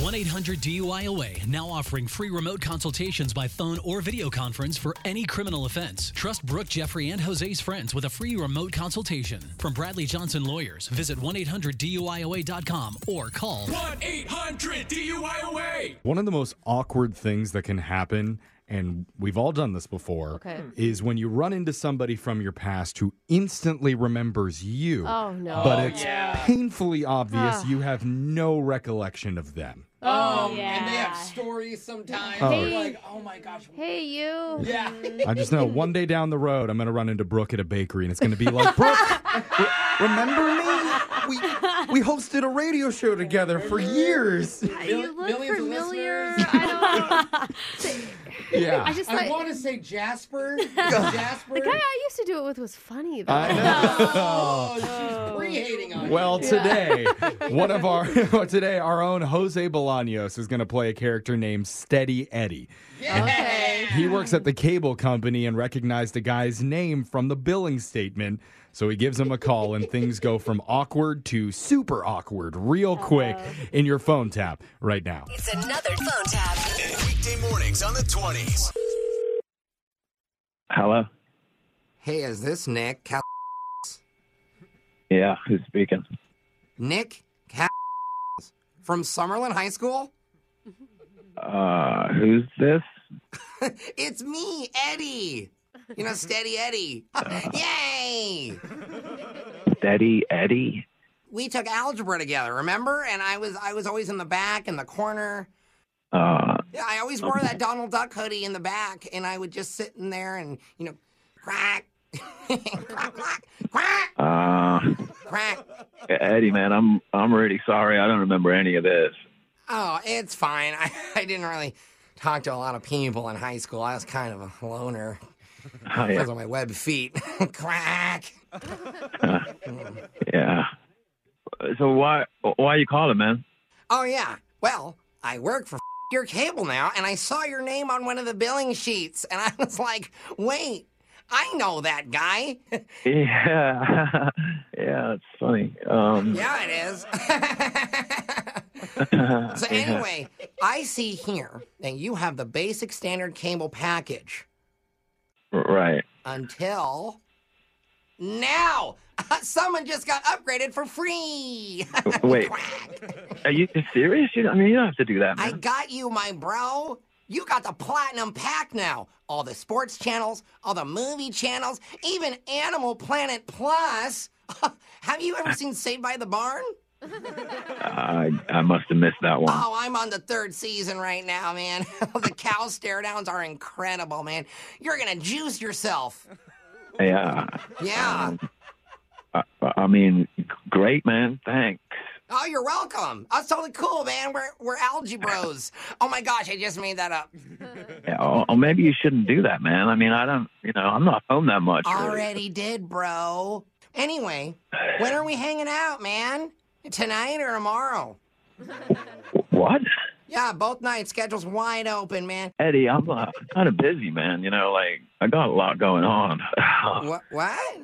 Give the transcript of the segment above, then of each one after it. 1 800 DUIOA now offering free remote consultations by phone or video conference for any criminal offense. Trust Brooke, Jeffrey, and Jose's friends with a free remote consultation. From Bradley Johnson Lawyers, visit 1 800 DUIOA.com or call 1 800 DUIOA. One of the most awkward things that can happen, and we've all done this before, Okay. Hmm. is when you run into somebody from your past who instantly remembers you. Oh, no. But Oh, it's painfully obvious Ah. you have no recollection of them. Um, And they yeah. have stories sometimes. Oh. You're like, oh my gosh. Hey, you. Yeah. I just know one day down the road, I'm going to run into Brooke at a bakery, and it's going to be like, Brooke, re- remember me? We, we hosted a radio show together for years. You look Millions of familiar. listeners. I don't. Yeah. I just I like want to say Jasper. Jasper. the guy I used to do it with was funny though. I know. Oh, she's pre-hating on Well, today, one of our today our own Jose Bolaños is going to play a character named Steady Eddie. you. Yeah. Okay. He works at the cable company and recognized the guy's name from the billing statement, so he gives him a call and things go from awkward to super awkward real quick in your phone tap right now. It's another phone tap. Weekday mornings on the 20s. Hello. Hey, is this Nick? Cal- Yeah, who's speaking? Nick Cal- from Summerlin High School? Uh, who's this? It's me, Eddie. You know, Steady Eddie. Yay! Steady Eddie? We took algebra together, remember? And I was I was always in the back in the corner. Uh, Yeah, I always wore that Donald Duck hoodie in the back, and I would just sit in there and you know, crack, crack, crack, crack, uh, crack. Eddie, man, I'm I'm really sorry. I don't remember any of this. Oh, it's fine. I, I didn't really talk to a lot of people in high school. I was kind of a loner Oh, yeah, because of my web feet. crack. yeah. So why why you calling, man? Oh yeah. Well, I work for your cable now, and I saw your name on one of the billing sheets, and I was like, wait, I know that guy. Yeah, yeah, it's funny. Um, yeah, it is. so anyway, I see here that you have the basic standard cable package right. until now. Someone just got upgraded for free. Wait, are you serious? You, I mean, you don't have to do that, I man. got you, my bro. You got the platinum pack now. All the sports channels, all the movie channels, even Animal Planet Plus. Have you ever seen Saved by the Barn? I I must have missed that one. Oh, I'm on the third season right now, man. the cow stare downs are incredible, man. You're gonna juice yourself. Yeah, Yeah. Um, I, I mean, great, man. Thanks. Oh, you're welcome. That's totally cool, man. We're we're algae bros. Oh my gosh, I just made that up. Yeah, or, or maybe you shouldn't do that, man. I mean, I don't. You know, I'm not home that much. really. Already did, bro. Anyway, when are we hanging out, man? Tonight or tomorrow? What? Yeah, both nights. Schedule's wide open, man. Eddie, I'm uh, kind of busy, man. You know, like I got a lot going on. What? What?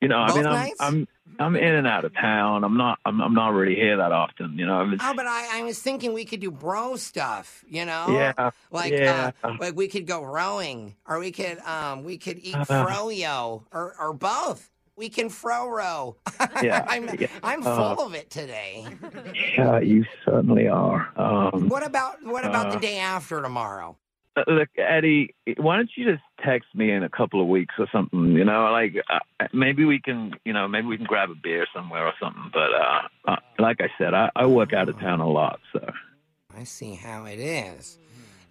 you know, I both mean, I'm, nights? I'm I'm in and out of town. I'm not I'm, I'm not really here that often. You know, it's, Oh, but I, I was thinking we could do bro stuff, you know? Yeah, Like, yeah. Uh, like we could go rowing, or we could, um, we could eat Uh. froyo, or or both. We can fro row. Yeah, I'm yeah, I'm uh. full of it today. yeah, you certainly are. Um, What about what about the Uh. day after tomorrow? look, Eddie, why don't you just text me in a couple of weeks or something? You know, like uh, maybe we can, you know, maybe we can grab a beer somewhere or something. But uh, uh, like I said, I, I work out of town a lot, so. I see how it is.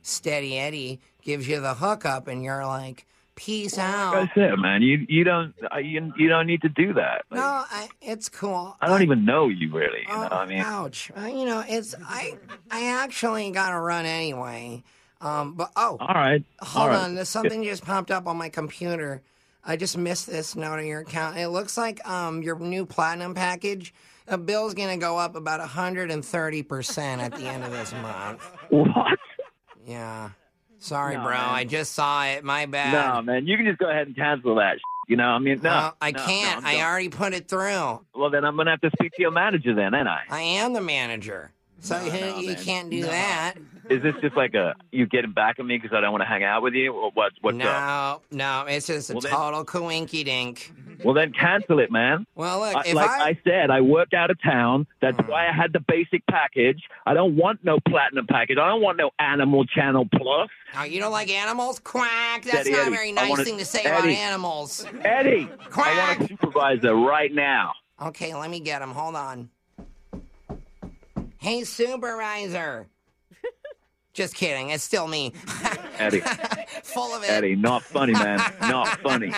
Steady Eddie gives you the hookup, and you're like, peace out. That's it, man. You you don't uh, you, you don't need to do that. Like, No, I, it's cool. I don't even know you really. You know, Oh, I mean, ouch. Uh, you know, it's I. I actually got to run anyway. Um, but oh, all right, all hold right. on. There's something just popped up on my computer. I just missed this note on your account. It looks like um your new platinum package. The bill's gonna go up about 130 percent at the end of this month. What? Yeah. Sorry, No, bro. man. I just saw it. My bad. No, man, you can just go ahead and cancel that. Shit, you know, I mean, no, Uh, I no, can't. no, I no. already put it through. Well, then I'm gonna have to speak to your manager, then, ain't I? I am the manager. So you, you can't do that. Is this just like a you getting back at me because I don't want to hang out with you, or what? What's up? No, no, it's just a Well, then- total coinky dink. Well, then cancel it, man. Well, look, I, if like I, Hmm. I said, I worked out of town. That's why I had the basic package. I don't want no platinum package. I don't want no Animal Channel Plus. Oh, you don't like animals? Quack! That's Daddy not a Eddie, very I nice wanna- thing to say about Eddie. animals. Eddie, I Quack. want a supervisor right now. Okay, let me get him. Hold on. Hey, supervisor. Just kidding. It's still me. Eddie, Full of it. Eddie, not funny, man. Not funny.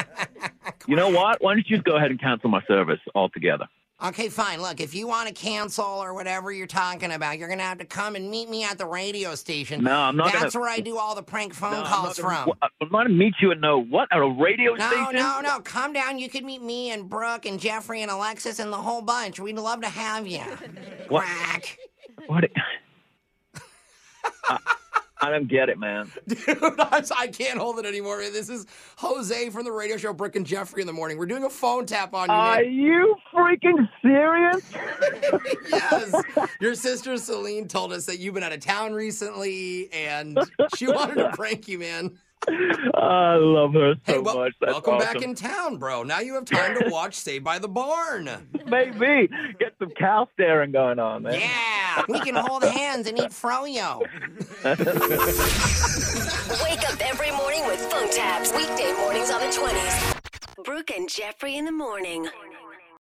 You know what? Why don't you just go ahead and cancel my service altogether? Okay, fine. Look, if you want to cancel or whatever you're talking about, you're going to have to come and meet me at the radio station. No, I'm not That's gonna- where I do all the prank phone No, I'm calls not gonna- from. uh, I'm going to meet you at no what at a radio No, station. no, no. Come down. You could meet me and Brooke and Jeffrey and Alexis and the whole bunch. We'd love to have you. What? Quack. What? I, I don't get it, man. Dude, I'm, I can't hold it anymore. This is Jose from the radio show Brooke and Jeffrey in the morning. We're doing a phone tap on you. Are Nick. you freaking serious? Yes. Your sister Celine told us that you've been out of town recently and she wanted to prank you, man. I love her so Hey, wel- much. That's welcome awesome. back in town, bro. Now you have time to watch Saved by the Barn. Maybe get some cow staring going on, man. Yeah. We can hold hands and eat froyo. Wake up every morning with phone taps. Weekday mornings on the 20s. Brooke and Jeffrey in the morning.